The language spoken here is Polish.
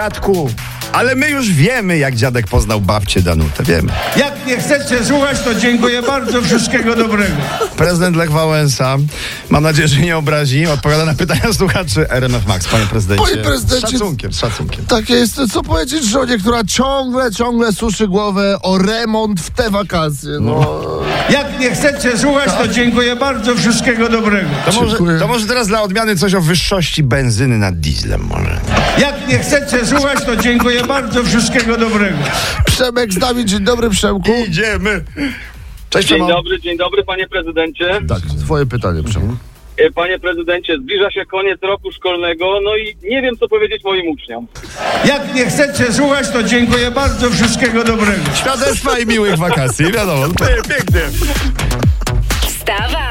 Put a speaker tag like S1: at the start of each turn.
S1: Dziadku, ale my już wiemy, jak dziadek poznał babcię Danutę, wiemy.
S2: Jak nie chcecie słuchać, to dziękuję bardzo. Wszystkiego dobrego.
S1: Prezydent Lech Wałęsa, mam nadzieję, że nie obrazi, odpowiada na pytania słuchaczy RMF Max. Panie prezydencie,
S3: Panie prezydencie-
S1: z szacunkiem, z szacunkiem.
S3: Tak jest, co powiedzieć żonie, która ciągle, ciągle suszy głowę o remont w te wakacje. No.
S2: Jak nie chcecie słuchać, to dziękuję bardzo. Wszystkiego dobrego.
S1: To może,
S3: Dziękuję.
S1: to może teraz dla odmiany coś o wyższości benzyny nad dieslem może.
S2: Jak nie chcecie słuchać, to dziękuję bardzo. Wszystkiego dobrego.
S3: Przemek z nami, dzień dobry Przemku.
S1: Idziemy. Cześć,
S4: Dzień
S1: Szymon.
S4: dobry, dzień dobry panie prezydencie.
S3: Tak, twoje pytanie Przemek.
S4: E, Panie prezydencie, zbliża się koniec roku szkolnego, no i nie wiem co powiedzieć moim uczniom.
S2: Jak nie chcecie słuchać, to dziękuję bardzo. Wszystkiego dobrego.
S1: Świadectwa i miłych wakacji, wiadomo. Pięknie.
S5: Wstawa!